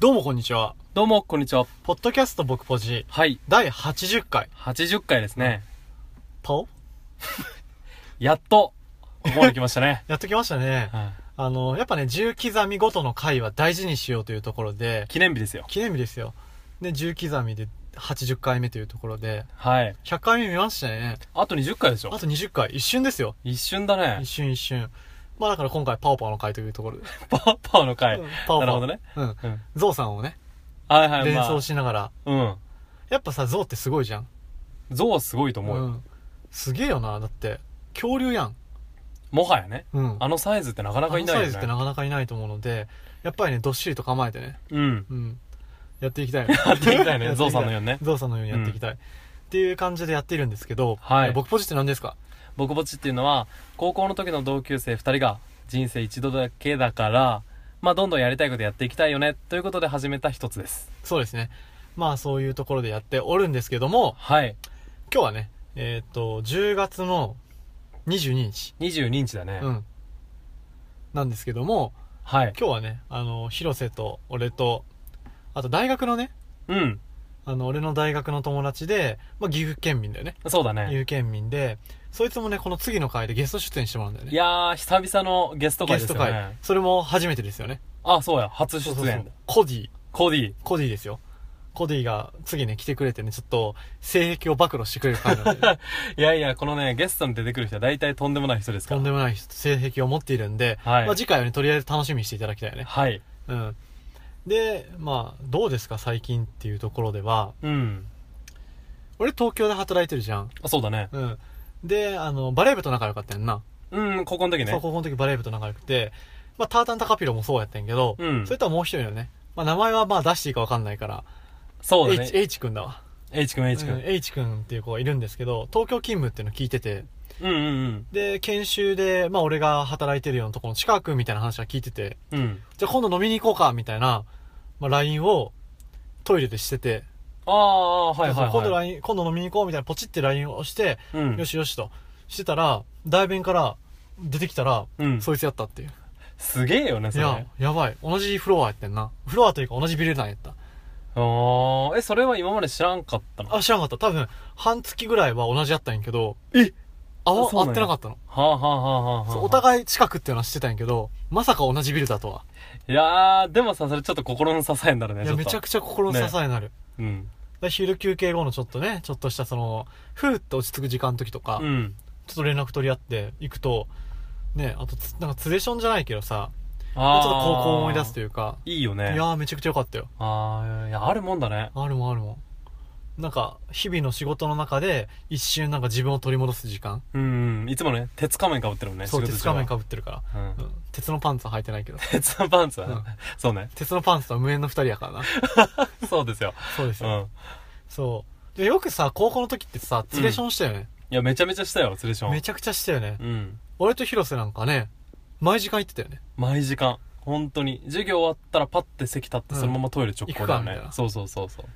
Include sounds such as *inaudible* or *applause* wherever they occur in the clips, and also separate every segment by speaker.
Speaker 1: どうもこんにちは。
Speaker 2: どうも、こんにちは。
Speaker 1: ポッドキャスト僕ポジ
Speaker 2: はい。
Speaker 1: 第80回。
Speaker 2: 80回ですね。
Speaker 1: パオ。
Speaker 2: やっと、ここまで来ましたね
Speaker 1: *laughs* やっときましたね。
Speaker 2: は
Speaker 1: あの、やっぱね、10刻みごとの回は大事にしようというところで
Speaker 2: い、記念日ですよ。
Speaker 1: 記念日ですよ。で、10刻みで80回目というところで、
Speaker 2: はい。
Speaker 1: 100回目見ましたね。
Speaker 2: あと20回でし
Speaker 1: あ
Speaker 2: ょ。
Speaker 1: と20回。一瞬ですよ。
Speaker 2: 一瞬だね
Speaker 1: 一。瞬一瞬。まあだから今回パオパオの回というところで。
Speaker 2: パーパーの回。
Speaker 1: うん
Speaker 2: なる
Speaker 1: パオパオ。
Speaker 2: ほどね。
Speaker 1: うん。
Speaker 2: うん。
Speaker 1: ゾウさんをね、
Speaker 2: はいはい、
Speaker 1: 連
Speaker 2: まあ
Speaker 1: 想。しながら。
Speaker 2: うん。
Speaker 1: やっぱさ、ゾウってすごいじゃん。
Speaker 2: ゾウはすごいと
Speaker 1: う
Speaker 2: 思うよ。
Speaker 1: ん。すげえよな。だって、恐竜やん。
Speaker 2: もはやね。
Speaker 1: うん。
Speaker 2: あのサイズってなかなかいな
Speaker 1: あの
Speaker 2: い
Speaker 1: サイズ
Speaker 2: よ
Speaker 1: って
Speaker 2: ね
Speaker 1: な。かなかいないと思うのでやっぱりねどっしりと構えてね
Speaker 2: うん。
Speaker 1: うんやっていきたい *laughs* や
Speaker 2: *laughs* やっていきたいね。ゾウさんのようにね。
Speaker 1: ゾウさんのようにやっていきたい、っていう感じでやっているんですけど、
Speaker 2: はい
Speaker 1: え僕ポジって何ですか
Speaker 2: 僕ぼちっていうのは、高校の時の同級生2人が人生一度だけだから、まあどんどんやりたいことやっていきたいよね、ということで始めた一つです。
Speaker 1: そうですねまあそういうところでやっておるんですけども
Speaker 2: はい。
Speaker 1: 今日はねえーっと10月の22日、
Speaker 2: 22日だね。
Speaker 1: うんなんですけども
Speaker 2: はい。
Speaker 1: 今日はねあの広瀬と俺とあと大学のね
Speaker 2: うん。
Speaker 1: あの俺の大学の友達で、まあ、岐阜県民だよね
Speaker 2: そうだね。
Speaker 1: 有県民で、そいつもね、この次の回でゲスト出演してもらうんだよね。
Speaker 2: いやー、久々のゲスト
Speaker 1: ゲ
Speaker 2: 会
Speaker 1: ス
Speaker 2: で
Speaker 1: ト
Speaker 2: すよ
Speaker 1: 回、
Speaker 2: ね。
Speaker 1: それも初めてですよね。
Speaker 2: あ、そうや、初出演。
Speaker 1: そうそうそうコディ、
Speaker 2: コディ。
Speaker 1: コディですよ。コディが次ね、来てくれてね、ちょっと、性癖を暴露してくれる回なん
Speaker 2: *laughs*
Speaker 1: で、
Speaker 2: いやいや、このね、ゲストに出てくる人は大体とんでもない人ですか
Speaker 1: とん
Speaker 2: ら。
Speaker 1: でもない性癖を持っているんで、
Speaker 2: はい
Speaker 1: まあ次回はね、とりあえず楽しみにしていただきたいよね。
Speaker 2: はい。
Speaker 1: うん。で、まあ、どうですか、最近っていうところでは、
Speaker 2: うん。
Speaker 1: 俺東京で働いてるじゃん。
Speaker 2: あそうだね。
Speaker 1: うん。で、あの、バレー部と仲良かったやんな。
Speaker 2: うん、高校の時ね。
Speaker 1: そう、高校の時バレー部と仲良くて、まあ、タータンタカピロもそうやったんやけど、
Speaker 2: うん
Speaker 1: それとはもう一人のね、まあ、名前はまあ出していいかわかんないから、
Speaker 2: そうだ
Speaker 1: H,
Speaker 2: ね。
Speaker 1: H 君だわ。
Speaker 2: H 君、H
Speaker 1: うん
Speaker 2: 君。
Speaker 1: H 君っていう子がいるんですけど、東京勤務っていうの聞いてて、
Speaker 2: うんうん
Speaker 1: で、研修で、まあ、俺が働いてるようなところの近くみたいな話は聞いてて、
Speaker 2: うん。うん。
Speaker 1: じゃあ今度飲みに行こうか、みたいな、まあ、LINE をトイレでしてて、
Speaker 2: ああ、はいはい、はい。
Speaker 1: 今度 LINE、今度飲みに行こうみたいなポチって LINE をして、
Speaker 2: うん。
Speaker 1: よしよしとしてたら、代弁から出てきたら、
Speaker 2: うん。
Speaker 1: そいつやったっていう。
Speaker 2: すげえよね、
Speaker 1: い
Speaker 2: それ。
Speaker 1: や、やばい。同じフロアやってんな。フロアというか同じビルなんやった。
Speaker 2: あーえ、それは今まで知らんかったのは
Speaker 1: あ、知らんかった。多分、半月ぐらいは同じやったんやけど、
Speaker 2: え
Speaker 1: あわ
Speaker 2: あそう
Speaker 1: 合
Speaker 2: なんや
Speaker 1: ってなかったの。
Speaker 2: あ、はあはあはあはあ、
Speaker 1: そうお互い近くっていうのは知ってたんやけど、まさか同じビルだとは。
Speaker 2: いやー、でもさ、それちょっと心の支えになるね、
Speaker 1: い
Speaker 2: ち
Speaker 1: や、
Speaker 2: ょっと。
Speaker 1: めちゃくちゃ心の支えになる。
Speaker 2: うん。
Speaker 1: だ昼休憩後のちょっとね、ちょっとしたその、ふーって落ち着く時間の時とか、
Speaker 2: うん。
Speaker 1: ちょっと連絡取り合って行くと、ね、あとつ、なんかツレションじゃないけどさ、ちょ
Speaker 2: あ
Speaker 1: っ
Speaker 2: ー
Speaker 1: と高校を思い出すというか、
Speaker 2: いいよ
Speaker 1: い
Speaker 2: ね。
Speaker 1: やーめちゃくちゃ良かったよ。
Speaker 2: ああ、いや、あるもんだね。
Speaker 1: あるもんあるもん。なんか、日々の仕事の中で、一瞬なんか自分を取り戻す時間。
Speaker 2: うん、うん。いつもね、鉄仮面被ってるもんね、
Speaker 1: そう、
Speaker 2: 仕事
Speaker 1: 鉄
Speaker 2: 中は
Speaker 1: 仮面被ってるか
Speaker 2: うん
Speaker 1: ら。うん。鉄のパンツは履いてないけど。
Speaker 2: 鉄のパンツは、
Speaker 1: うん
Speaker 2: そうね。
Speaker 1: 鉄のパンツとは無縁の二人やからな。
Speaker 2: そうですよ。
Speaker 1: そうです
Speaker 2: う
Speaker 1: よ。
Speaker 2: ん。
Speaker 1: そう。で、よくさ、高校の時ってさ、ツレションしたよね。
Speaker 2: いや、めちゃめちゃしたよ、ツレション。
Speaker 1: めちゃくちゃしたよね。
Speaker 2: うん。
Speaker 1: 俺と広瀬なんかね、毎時間行ってたよね。
Speaker 2: 毎時間。本当に。授業終わったらパッて席立って、
Speaker 1: うん
Speaker 2: そのままトイレ直行だよ
Speaker 1: 行くかみたい
Speaker 2: ね
Speaker 1: な。
Speaker 2: そうそうそうそう。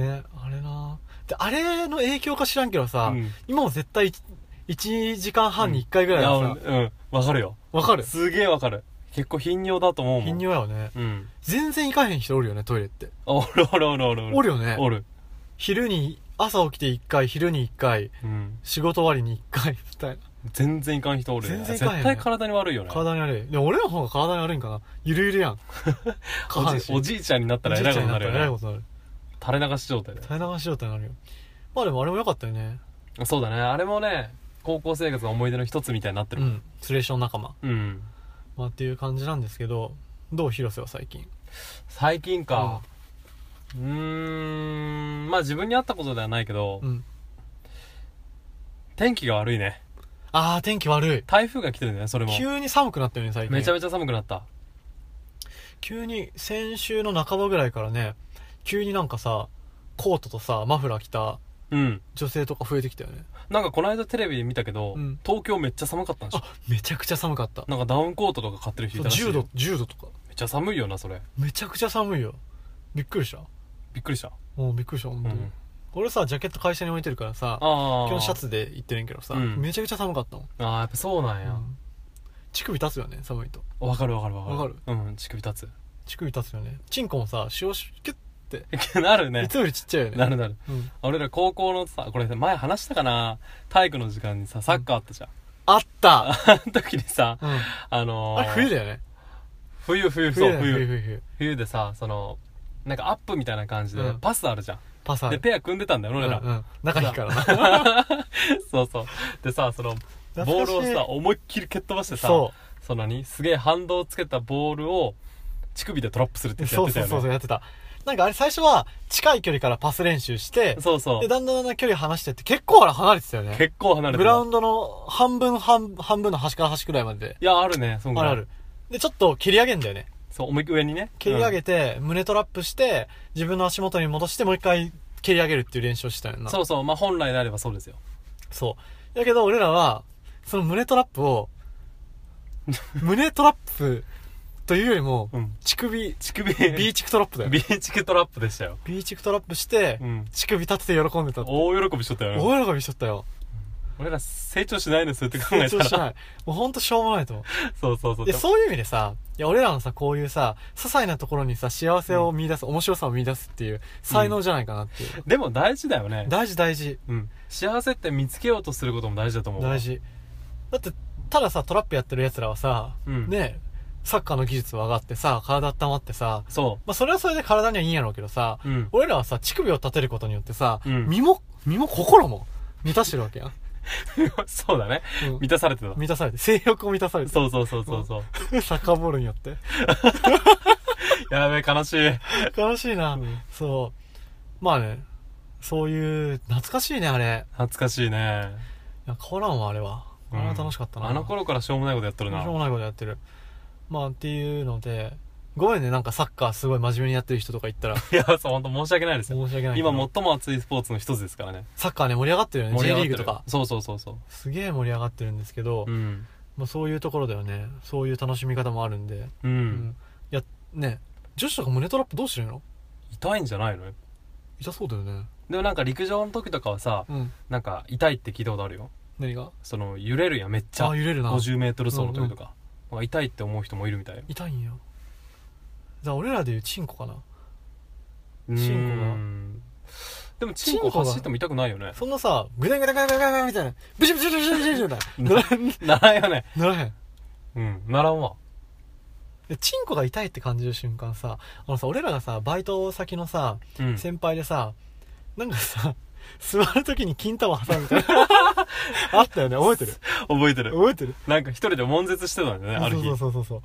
Speaker 1: ね、あれなで、あれの影響か知らんけどさ、
Speaker 2: うん
Speaker 1: 今も絶対1、一時間半に1回ぐらい
Speaker 2: や、
Speaker 1: はさ、
Speaker 2: 俺うん。わかるよ。
Speaker 1: わかる
Speaker 2: すげえわかる。結構頻尿だと思うもん。
Speaker 1: 頻尿やよね。
Speaker 2: うん。
Speaker 1: 全然行かへん人おるよね、トイレって。
Speaker 2: あおるおるおるおるおる。
Speaker 1: おるよね。
Speaker 2: おる。
Speaker 1: 昼に、朝起きて1回、昼に1回、
Speaker 2: うん。
Speaker 1: 仕事終わりに1回、みたいな。
Speaker 2: 全然いかん人おるね。
Speaker 1: 全然いかんよね
Speaker 2: 絶対体に悪いよね。
Speaker 1: 体に悪い。でも俺らの方が体に悪いんかな。ゆるゆ
Speaker 2: *laughs*
Speaker 1: るやん。下
Speaker 2: お
Speaker 1: 半
Speaker 2: じ
Speaker 1: 身。
Speaker 2: おじいちゃんになったら偉いことになる
Speaker 1: おじいちゃんにったらえらい
Speaker 2: よね。
Speaker 1: ことになる。
Speaker 2: 垂れ流し状態で。
Speaker 1: 垂れ流し状態になるよ。まあでもあれも良かったよね。
Speaker 2: そうだねあれもね高校生活の思い出の一つみたいになって
Speaker 1: う
Speaker 2: るもん
Speaker 1: ん。スレーション仲間。
Speaker 2: うん、
Speaker 1: まあっていう感じなんですけど、どう広瀬は最近。
Speaker 2: 最近かうーんまあ自分に合ったことではないけど、
Speaker 1: うん。
Speaker 2: 天気が悪いね
Speaker 1: あー、天気悪い。
Speaker 2: 台風が来てるんだよねそれも
Speaker 1: 急に寒くなったよね、最近。
Speaker 2: めちゃめちゃ寒くなった
Speaker 1: 急に、先週の半ばぐらいからね、急になんかさ、コートとさ、マフラー着た
Speaker 2: うん
Speaker 1: 女性とか増えてきたよね。
Speaker 2: なんかこの間テレビで見たけど、
Speaker 1: うん
Speaker 2: 東京めっちゃ寒かったんでしょ
Speaker 1: あ、めちゃくちゃ寒かった。
Speaker 2: なんかダウンコートとか買ってる人いたらしいよ
Speaker 1: 10度、10度とか。
Speaker 2: めっちゃ寒いよなそれ
Speaker 1: めちゃくちゃ寒いよ。びっくりした。
Speaker 2: びっくりした
Speaker 1: もうびっくりした、本当に。
Speaker 2: うん
Speaker 1: 俺さ、ジャケット会社に置いてるからさ、
Speaker 2: ああ
Speaker 1: 今日シャツで行ってるんやけどさ、
Speaker 2: うん
Speaker 1: めちゃくちゃ寒かったもん。
Speaker 2: ああやっぱそうなんや
Speaker 1: 乳首立つよね、寒いと。
Speaker 2: わ、かるわかるわかる
Speaker 1: わか
Speaker 2: うん乳首立つ
Speaker 1: 乳首立つよねチンコもさ塩しキュッて
Speaker 2: *laughs* なるね
Speaker 1: いつ。もよりちっちゃいよね
Speaker 2: なるなる。
Speaker 1: うん、
Speaker 2: 俺ら高校のさ、これ前話したかな体育の時間にさ、サッカーあったじゃん。 *laughs*
Speaker 1: あった、
Speaker 2: あの時にさ、
Speaker 1: うん、
Speaker 2: あの
Speaker 1: あれ
Speaker 2: ー、
Speaker 1: 冬だよね
Speaker 2: 冬、冬、
Speaker 1: 冬
Speaker 2: そう、
Speaker 1: だよね冬
Speaker 2: 冬。
Speaker 1: 冬冬
Speaker 2: 冬でさ、その、なんかアップみたいな感じで
Speaker 1: うん
Speaker 2: パスあるじゃん。
Speaker 1: パサ
Speaker 2: で、ペア組んでたんだよ、
Speaker 1: うん
Speaker 2: 俺ら。
Speaker 1: うん、仲いいからな
Speaker 2: そうそう。でさ、その、
Speaker 1: 懐かしい
Speaker 2: ボールをさ、思いっきり蹴っ飛ばしてさ、
Speaker 1: そ
Speaker 2: そのにすげえ反動をつけたボールを乳首でトラップするって
Speaker 1: う
Speaker 2: やつや
Speaker 1: そ
Speaker 2: っ
Speaker 1: う
Speaker 2: てた
Speaker 1: そうそ
Speaker 2: よね
Speaker 1: うそうやってたなんかあれ最初は近い距離からパス練習して
Speaker 2: そうそう
Speaker 1: でだんだんだんだん距離離してって結構あれ離れてたよね
Speaker 2: 結構離れて
Speaker 1: グ
Speaker 2: る
Speaker 1: ラウンドの半分半半分の端から端くらいまで
Speaker 2: いやあるねそんぐ
Speaker 1: ある
Speaker 2: らい
Speaker 1: あるでちょっと蹴り上げんだよね
Speaker 2: そう思いっきり上にね
Speaker 1: 蹴り上げて、胸トラップして自分の足元に戻してもう一回蹴り上げるっていう練習をしたよ
Speaker 2: うん
Speaker 1: な
Speaker 2: そうそうまあ本来であればそうですよ
Speaker 1: そうだけど俺らはその胸トラップ
Speaker 2: *laughs*
Speaker 1: を胸トラップというよりも
Speaker 2: うん
Speaker 1: 乳首
Speaker 2: 乳首
Speaker 1: ビーチクトラップだよ
Speaker 2: *laughs* ビーチクトラップでしたよ
Speaker 1: ビーチクトラップして、
Speaker 2: うん
Speaker 1: 乳首立てて喜んでたって
Speaker 2: 大喜びしとったよね
Speaker 1: 大喜びしとったよ
Speaker 2: 俺ら成長しないのそうやって考
Speaker 1: 成
Speaker 2: えた
Speaker 1: 長し
Speaker 2: ら
Speaker 1: ないもうほんとしょうもないと思う
Speaker 2: そうそうそう
Speaker 1: で、そういう意味でさ、いや、俺らのさ、こういうさ、些細なところにさ、幸せを見出す、面白さを見出すっていう、才能じゃないかなっていう。
Speaker 2: でも大事だよね
Speaker 1: 大事大事。
Speaker 2: うん幸せって見つけようとすることも大事だと思うわ
Speaker 1: 大事。だって、たださ、トラップやってる奴らはさ、
Speaker 2: うん
Speaker 1: ね、サッカーの技術は上がってさ、体温まってさ、
Speaker 2: そ
Speaker 1: まあ、それはそれで体にはいいんやろうけどさ、
Speaker 2: ううん
Speaker 1: 俺らはさ、乳首を立てることによってさ、
Speaker 2: うん
Speaker 1: 身も、身も心も満たしてるわけやん。
Speaker 2: そう *laughs* だね
Speaker 1: うん
Speaker 2: 満たされてた
Speaker 1: 満たされて、性欲を満たされて。
Speaker 2: そうそうそうそうそう
Speaker 1: サッカーボールによって。
Speaker 2: やべえ悲しい
Speaker 1: *laughs* 悲しいな。
Speaker 2: うん
Speaker 1: そう。まあね、そういう、懐かしいね、あれ。
Speaker 2: 懐かしいね
Speaker 1: いや、変わらんわ、あれは。あれは楽しかったな。
Speaker 2: うんあの頃からしょうもないことやっとるな
Speaker 1: しょうもないことやってる。まあ、っていうので、ごめんね、なんかサッカーすごい真面目にやってる人とか言った
Speaker 2: *laughs*
Speaker 1: ら、
Speaker 2: いやそう本当申し訳ないですよ
Speaker 1: 申し訳ないけど
Speaker 2: 今最も熱いスポーツの一つですからね
Speaker 1: サッカーね、盛り上がってるよね、J
Speaker 2: 盛
Speaker 1: リー
Speaker 2: り上が
Speaker 1: グ
Speaker 2: って
Speaker 1: と
Speaker 2: る
Speaker 1: か。
Speaker 2: そうそうそうそ
Speaker 1: すげえ盛り上がってるんですけど、
Speaker 2: ううん
Speaker 1: まあそういうところだよね。そういう楽しみ方もあるんで。
Speaker 2: う
Speaker 1: う
Speaker 2: ん、
Speaker 1: んいや、ね、女子とか胸トラップどうしてるの
Speaker 2: 痛いんじゃないの
Speaker 1: 痛そうだよね。
Speaker 2: でもなんか陸上の時とかはさ
Speaker 1: うん。
Speaker 2: なんか痛いって聞いたことあるよ
Speaker 1: 何が
Speaker 2: その揺れるやんめっちゃ
Speaker 1: あ、揺れるな。
Speaker 2: 50m 走の時とか、なんか痛いって思う人もいるみたいよ
Speaker 1: 痛いんよじゃあ俺らでいうチンコかな
Speaker 2: チ
Speaker 1: チンコが
Speaker 2: ンコがでもチンコ
Speaker 1: チンコが
Speaker 2: 走っても痛くないよね
Speaker 1: そんなさグダグダグダグダグダみたいなブシブシブシブシブシみたい *laughs* なならん
Speaker 2: *laughs* ならんよね
Speaker 1: ならへん
Speaker 2: うんならんわ
Speaker 1: でチンコが痛いって感じる瞬間さあのさ俺らがさバイト先のさ
Speaker 2: うん
Speaker 1: 先輩でさ、なんかさ座るときに金玉挟むみたい
Speaker 2: *laughs*
Speaker 1: なあったよね覚えてる
Speaker 2: 覚えてる
Speaker 1: 覚えてる
Speaker 2: なんか一人で悶絶してたんだよねある日
Speaker 1: そうそうそうそう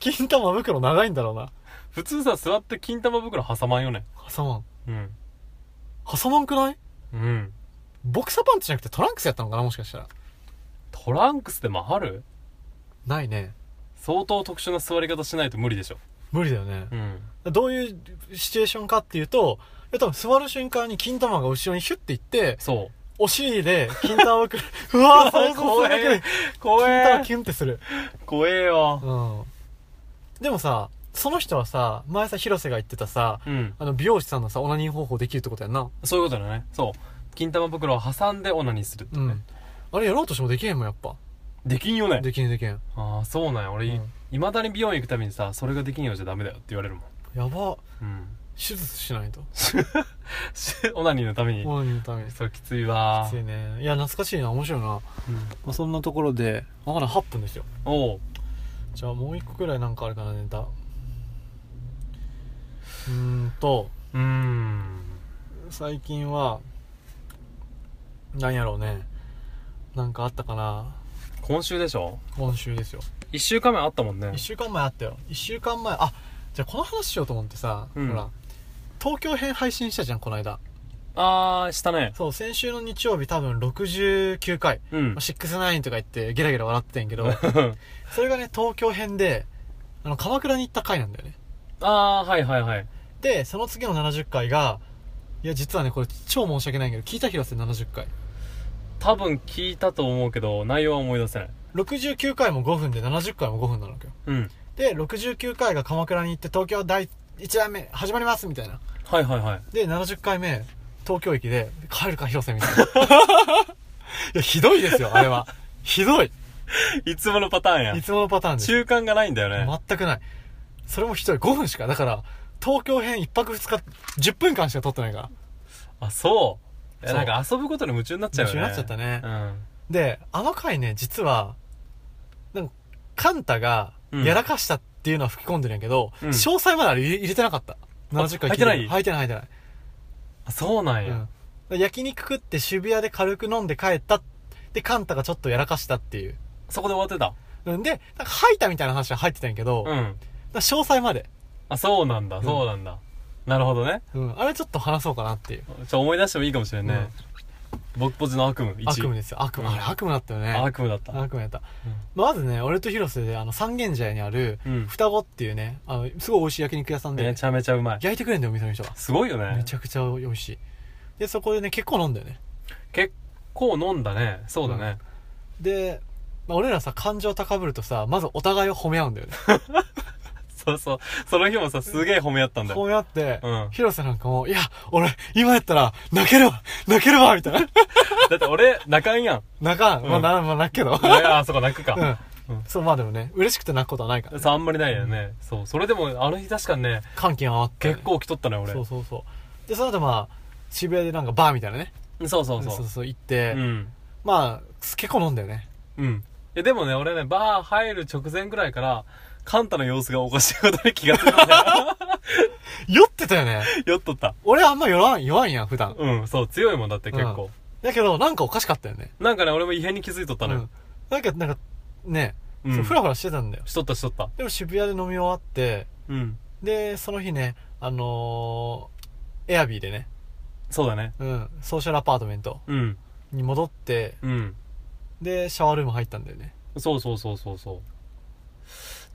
Speaker 1: 金玉袋長いんだろうな
Speaker 2: 普通さ座って金玉袋挟まんよね
Speaker 1: 挟まん
Speaker 2: うん
Speaker 1: 挟まんくない
Speaker 2: うん
Speaker 1: ボクサーパンツじゃなくてトランクスやったのかなもしかしたら
Speaker 2: トランクスでもある
Speaker 1: ないね
Speaker 2: 相当特殊な座り方しないと無理でしょ
Speaker 1: 無理だよね、
Speaker 2: うん
Speaker 1: どういうシチュエーションかっていうと、いや多分座る瞬間に金玉が後ろにヒュッていって、
Speaker 2: そう
Speaker 1: お尻で金玉 *laughs* をくる。うわぁ、 *laughs* 想像するだけで
Speaker 2: 怖
Speaker 1: 金玉
Speaker 2: え
Speaker 1: キュンってする。
Speaker 2: 怖えよ
Speaker 1: うん。でもさ、その人はさ、前さ、広瀬が言ってたさ、
Speaker 2: うん
Speaker 1: あの、美容師さんのさ、オナニー方法できるってことやんな。
Speaker 2: そういうことだねそう金玉袋を挟んでオナニーするって
Speaker 1: う
Speaker 2: ね、
Speaker 1: ん。あれやろうとしてもできへんもん、やっぱ。
Speaker 2: できんよね
Speaker 1: できんできん。や
Speaker 2: ああそうなんや俺
Speaker 1: うん
Speaker 2: いま、未だに美容院行くたびにさそれができんようじゃダメだよって言われるもん
Speaker 1: ば。
Speaker 2: うん *laughs*
Speaker 1: 手術しないと。
Speaker 2: オナニーのために
Speaker 1: オナニーのために。き
Speaker 2: それきついわ
Speaker 1: ついね。いや、懐かしいな、面白いな。ま
Speaker 2: うん
Speaker 1: あ、そんなところで、まだ8分ですよ。
Speaker 2: おう
Speaker 1: じゃあもう一個くらいなんかあるかなネタうーんと
Speaker 2: うーん
Speaker 1: 最近はなんやろうねなんかあったかな
Speaker 2: 今週でしょ
Speaker 1: 今週ですよ
Speaker 2: 1週間前あったもんね
Speaker 1: 1週間前あったよ1週間前あじゃあこの話しようと思ってさ、
Speaker 2: うん
Speaker 1: ほら東京編配信したじゃんこの間
Speaker 2: ああしたね
Speaker 1: そう先週の日曜日多分69回
Speaker 2: う
Speaker 1: ま
Speaker 2: ん
Speaker 1: あ69とか言ってゲラゲラ笑ってたんやけどそれがね東京編であの鎌倉に行った回なんだよね
Speaker 2: *laughs* ああーはいはいはい
Speaker 1: でその次の70回がいや実はねこれ超申し訳ないけど聞いた広瀬70回
Speaker 2: 多分聞いたと思うけど内容は思い出せない
Speaker 1: 69回も5分で70回も5分なのよ
Speaker 2: うん
Speaker 1: で69回が鎌倉に行って東京第1弾目始まりますみたいな
Speaker 2: はいはいはい
Speaker 1: で70回目東京駅で帰るか広瀬みたい
Speaker 2: *laughs*
Speaker 1: ないやひどいですよあれはひどい
Speaker 2: いつものパターンや
Speaker 1: いつものパターンです
Speaker 2: 中間がないんだよね
Speaker 1: 全くないそれもひどい5分しかだから東京編1泊2日10分間しか撮ってないから
Speaker 2: あそういや
Speaker 1: そう
Speaker 2: なんか遊ぶことに夢中になっちゃうよね
Speaker 1: 夢中になっちゃったね
Speaker 2: うん
Speaker 1: であの回ね実はなんかカンタが
Speaker 2: うん
Speaker 1: やらかしたっていうのは吹き込んでるんやけど、
Speaker 2: うん
Speaker 1: 詳細まであれ入れ入れてなかった70回聞
Speaker 2: 入ってない
Speaker 1: 入ってない入ってない
Speaker 2: あそうなんや、
Speaker 1: うん、焼肉食って渋谷で軽く飲んで帰ったでカンタがちょっとやらかしたっていう
Speaker 2: そこで終わってた
Speaker 1: うんでなんか吐いたみたいな話は入ってたんやけど、
Speaker 2: う
Speaker 1: だか
Speaker 2: ん
Speaker 1: ら詳細まで、
Speaker 2: あそうなんだ
Speaker 1: ん
Speaker 2: そうなんだ、なるほどね
Speaker 1: うん、あれちょっと話そうかなっていう
Speaker 2: ちょっと思い出してもいいかもしれないね、僕ポジの悪夢1
Speaker 1: 悪夢ですよ悪夢、
Speaker 2: うん
Speaker 1: あれ悪夢だったよね
Speaker 2: あ悪夢だった
Speaker 1: 悪夢やった、まずね俺と広瀬であの三軒茶屋にある
Speaker 2: うん
Speaker 1: 双子っていうねあのすごい美味しい焼肉屋さんで、
Speaker 2: めちゃめちゃうまい
Speaker 1: 焼いてくれんだよお店の人が
Speaker 2: すごいよね
Speaker 1: めちゃくちゃ美味しいでそこでね結構飲んだよね
Speaker 2: 結構飲んだねそうだね、
Speaker 1: で、まあ、俺らさ感情高ぶるとさまずお互いを褒め合うんだよね
Speaker 2: そうそうその日もさすげえ褒め合ったんだよ
Speaker 1: 褒め合って、
Speaker 2: うん
Speaker 1: 広瀬なんかも「いや俺今やったら泣けるわ泣けるわ」みたいな *laughs*
Speaker 2: だって俺泣かんやん
Speaker 1: 泣かん、まあ
Speaker 2: うん
Speaker 1: なまあ泣くけど
Speaker 2: あいやあそこ泣くか、
Speaker 1: *laughs* うん、
Speaker 2: うん
Speaker 1: そうまあでもね嬉しくて泣くことはないから
Speaker 2: そうあんまりないよね、そうそれでもあの日確かにね
Speaker 1: 歓喜があって、
Speaker 2: 結構来とったね俺
Speaker 1: そうそうそうでその後まあ渋谷でなんかバーみたいなね
Speaker 2: そうそう
Speaker 1: そう
Speaker 2: そ
Speaker 1: そうう行って、
Speaker 2: うん
Speaker 1: まあ結構飲んだよね
Speaker 2: うんいやでもね俺ねバー入る直前ぐらいからカンタの様子がおかしいことに気がついた
Speaker 1: *laughs*
Speaker 2: んだ
Speaker 1: 酔ってたよね
Speaker 2: よ酔っとった
Speaker 1: 俺あんま酔わん弱いんやん普段
Speaker 2: うんそう強いもんだって結構、
Speaker 1: だけどなんかおかしかったよね
Speaker 2: なんかね俺も異変に気づいとった
Speaker 1: う
Speaker 2: のよ
Speaker 1: ん、なんかなんかね、
Speaker 2: うん
Speaker 1: そうフラフラしてたんだよ
Speaker 2: しとったしとった
Speaker 1: でも渋谷で飲み終わって
Speaker 2: うん
Speaker 1: でその日ねあのー、エアビーでね、
Speaker 2: そうだね
Speaker 1: うん、ソーシャルアパートメント
Speaker 2: うん
Speaker 1: に戻って
Speaker 2: うん
Speaker 1: でシャワールーム入ったんだよね
Speaker 2: そうそうそうそうそう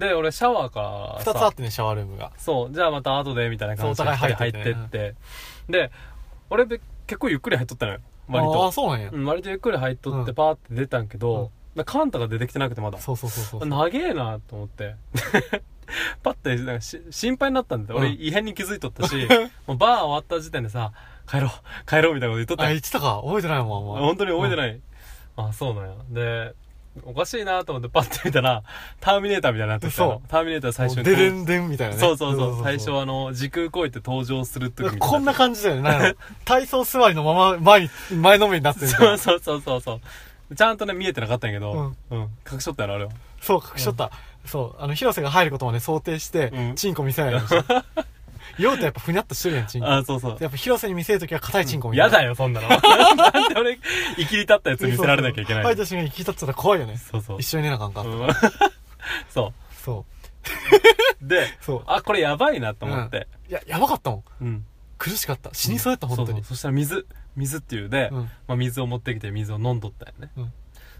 Speaker 2: で俺シャワーから
Speaker 1: 2つあってねシャワールームが
Speaker 2: そうじゃあまた後でみたいな感じ
Speaker 1: そう
Speaker 2: で
Speaker 1: お互い入
Speaker 2: 入
Speaker 1: っ
Speaker 2: ってて
Speaker 1: っ
Speaker 2: ってて
Speaker 1: ね
Speaker 2: で俺べ結構ゆっくり入っとったのよ割
Speaker 1: ああ
Speaker 2: と
Speaker 1: そうなんや、
Speaker 2: うん割とゆっくり入っとっ
Speaker 1: う
Speaker 2: て
Speaker 1: ん
Speaker 2: パーって出たんけど、なカンタが出てきてなくてまだ
Speaker 1: そうそうそうそう
Speaker 2: 長えなと思って *laughs* パッてなんかし心配になったんだよ俺
Speaker 1: うん
Speaker 2: 異変に気づい
Speaker 1: *laughs*
Speaker 2: とったしもうバー終わった時点でさ帰ろう *laughs* 帰ろうみたいなこと言っとった
Speaker 1: あ
Speaker 2: よ
Speaker 1: 言ってたか覚えてないもんあんま
Speaker 2: 本当に覚えてない、あそうなんやでおかしいなと思ってパッて見たらターミネーターみたいになってた
Speaker 1: そ
Speaker 2: のターミネーター最初に
Speaker 1: ででんでんみたいなね
Speaker 2: そうそうそう最初はあの時空超えて登場する時みたい
Speaker 1: こんな感じだよねなんや
Speaker 2: *laughs*
Speaker 1: ろ体操座りのまま前に前のめりになってるみたい
Speaker 2: そう
Speaker 1: な
Speaker 2: *laughs* そうそうそうそうちゃんとね見えてなかったんやけど、うん隠しとったやろあれは
Speaker 1: そう隠しとった、そうあの広瀬が入ることまで想定して、
Speaker 2: うん
Speaker 1: チンコ見せないようにした
Speaker 2: *laughs*
Speaker 1: 酔うとやっぱふにゃっとしてるやんチンコ
Speaker 2: あそうそう
Speaker 1: やっぱ広瀬に見せるときは硬いチンコみたい
Speaker 2: や
Speaker 1: な。
Speaker 2: だよそん
Speaker 1: *laughs*
Speaker 2: なのなんで俺生きり立ったやつ見せられなきゃいけない
Speaker 1: ファ
Speaker 2: の
Speaker 1: イトシーンが生き立ってたら怖いよね。
Speaker 2: そうそう
Speaker 1: 一緒に寝なあかんか。
Speaker 2: うんそ
Speaker 1: そう
Speaker 2: で
Speaker 1: う。そう。
Speaker 2: あこれやばいなと思って、
Speaker 1: いや、やばかったもん。
Speaker 2: うん
Speaker 1: 苦しかった。死にそうやった、本当
Speaker 2: そ
Speaker 1: に
Speaker 2: う。そうそしたら水水っていうで、
Speaker 1: うん。
Speaker 2: まあ、水を持ってきて水を飲んどったよね、
Speaker 1: うん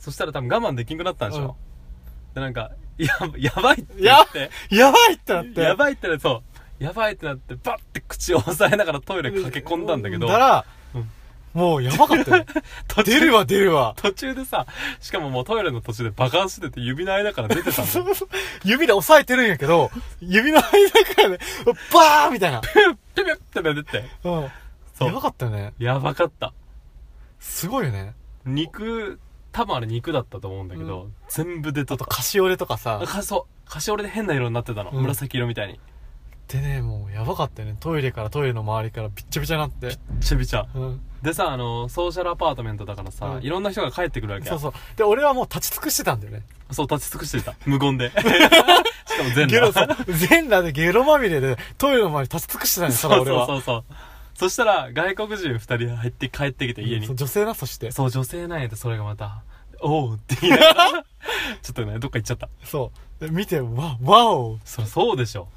Speaker 2: そしたら多分我慢できんくなったんでしょ、でなんかややばいって言
Speaker 1: や
Speaker 2: って
Speaker 1: やばいってなって。
Speaker 2: やばいってなってそうやばいってなってバッて口を押さえながらトイレ駆け込んだんだけど
Speaker 1: だら
Speaker 2: うん、
Speaker 1: もうやばかったよ。
Speaker 2: *laughs* 途
Speaker 1: 出
Speaker 2: 中
Speaker 1: るわ、出るわ。
Speaker 2: 途中でさしかももうトイレの途中で爆発してて指の間から出てたんだよ
Speaker 1: 指で押さえてるんやけど、指の間からね、バーンみたいな。
Speaker 2: ピュピュって出てって
Speaker 1: うん。
Speaker 2: そう
Speaker 1: やばかったよね。
Speaker 2: やばかった
Speaker 1: すごいよね。
Speaker 2: 肉多分あれ肉だったと思うんだけど、
Speaker 1: う
Speaker 2: 全部出と
Speaker 1: あ
Speaker 2: っ
Speaker 1: と、
Speaker 2: た
Speaker 1: カシオレとかさ。
Speaker 2: かそうカシオレで変な色になってたの、
Speaker 1: うん
Speaker 2: 紫色みたいに
Speaker 1: でね、もうやばかったよね。トイレからトイレの周りからびっちゃびちゃになって。
Speaker 2: びちゃびちゃ
Speaker 1: うん。
Speaker 2: でさあのソーシャルアパートメントだからさ、
Speaker 1: うん
Speaker 2: いろんな人が帰ってくるわけ
Speaker 1: そうそう。で、俺はもう立ち尽くしてたんだよね。
Speaker 2: そう立ち尽くしてた *laughs* 無言でしかも全
Speaker 1: ゲロ、そ
Speaker 2: 裸
Speaker 1: う。全裸でゲロまみれでトイレの前に立ち尽くしてたんですよ、
Speaker 2: *laughs* そう
Speaker 1: 俺
Speaker 2: そう
Speaker 1: は。
Speaker 2: そうそうそしたら外国人2人入って帰ってきて家に、
Speaker 1: そう女性な、そして。
Speaker 2: そう女性なんやってそれがまた「おう」って言いなが *laughs* らちょっとねどっか行っちゃった
Speaker 1: そう。で見て、わ、わお
Speaker 2: そりゃそうでしょ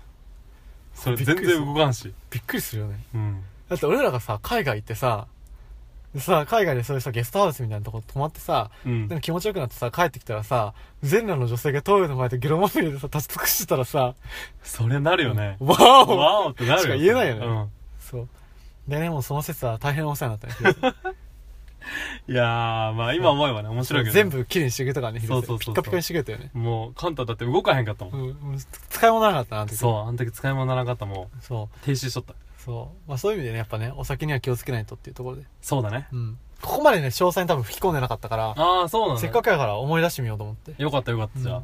Speaker 2: それ全
Speaker 1: びっくりす
Speaker 2: 然
Speaker 1: る
Speaker 2: 動かんし
Speaker 1: びっくりするよね。
Speaker 2: うん
Speaker 1: だって俺らがさ、海外行ってさ、でさ、海外でそういうさ、ゲストハウスみたいなとこ泊まってさ、
Speaker 2: うん
Speaker 1: なんか気持ちよくなってさ、帰ってきたらさ、全裸の女性がトイレの前でゲロまみれでさ、立ち尽くしてたらさ、
Speaker 2: そりゃなるよね、
Speaker 1: わお
Speaker 2: わおってなるよ
Speaker 1: しか言えないよね
Speaker 2: うん
Speaker 1: そう。でね、もうその説は大変お世話になった
Speaker 2: *laughs*
Speaker 1: ね。
Speaker 2: いやーまあ今思えばね面白いけど
Speaker 1: 全部きれいにしてくれたからね、
Speaker 2: そうそうそ
Speaker 1: 広瀬
Speaker 2: うそう
Speaker 1: ピカピカにしてくれたよね。
Speaker 2: もうカンタだって動かへんかったも、
Speaker 1: うんん、もう使い物なかったな、あの時
Speaker 2: そうあの時使い物ならなかったもん
Speaker 1: そう。
Speaker 2: 停止しとった
Speaker 1: そう。まあそういう意味でね、やっぱね、お酒には気をつけないとっていうところで。
Speaker 2: そうだね
Speaker 1: うん。ここまでね、詳細に多分吹き込んでなかったから、
Speaker 2: ああそうなの
Speaker 1: せっかくやから思い出してみようと思って。
Speaker 2: よかったよかったじゃあ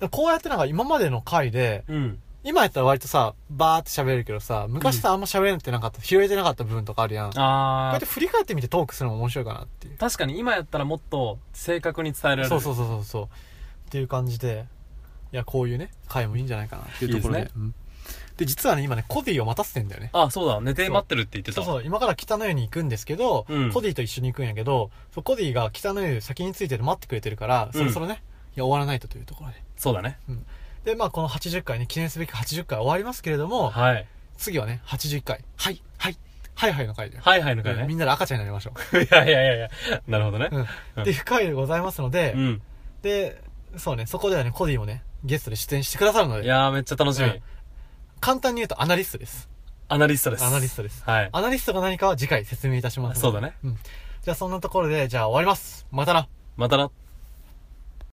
Speaker 1: でこうやってなんか今までの回で、
Speaker 2: うん
Speaker 1: 今やったら割とさ、バーって喋れるけどさ、昔さ、あんま喋れてなかった、拾えてなかった部分とかあるやん。こうや
Speaker 2: あ
Speaker 1: って振り返ってみてトークするのも面白いかなっていう。
Speaker 2: 確かに今やったらもっと正確に伝えられる
Speaker 1: そうそうそうそうそう。っていう感じで、いや、こういうね、回もいいんじゃないかなっていうところで。
Speaker 2: いいで
Speaker 1: うんで、実はね、今ね、コディを待たせてんだよね。
Speaker 2: あそうだ寝て待ってるって言って
Speaker 1: そ
Speaker 2: た
Speaker 1: うそう、今から北の湯に行くんですけど、
Speaker 2: うん
Speaker 1: コディと一緒に行くんやけど、そうコディが北の湯先についてて待ってくれてるから、そろそろね、いや、終わらないとというところで。
Speaker 2: そうだね
Speaker 1: で、まあ、この80回ね、記念すべき80回終わりますけれども、
Speaker 2: はい
Speaker 1: 次はね、81回。はい、はい、はいはいの回で。
Speaker 2: はいはいの回
Speaker 1: うんみ
Speaker 2: ね
Speaker 1: んなで赤ちゃんになりましょ
Speaker 2: いやいやいやいやなるほどね *laughs*
Speaker 1: う。うん。っていう回でございますので、
Speaker 2: うん
Speaker 1: で、そうね、そこではね、コディもね、ゲストで出演してくださるの
Speaker 2: い
Speaker 1: で、
Speaker 2: やーめっちゃ楽しみ
Speaker 1: うん簡単に言うとアナリストです。
Speaker 2: アナリストです
Speaker 1: アナリストです
Speaker 2: はい
Speaker 1: アナリストが何かは次回説明いたします。
Speaker 2: そうだね。
Speaker 1: うん。じゃあそんなところで、じゃあ終わります。またな。
Speaker 2: またな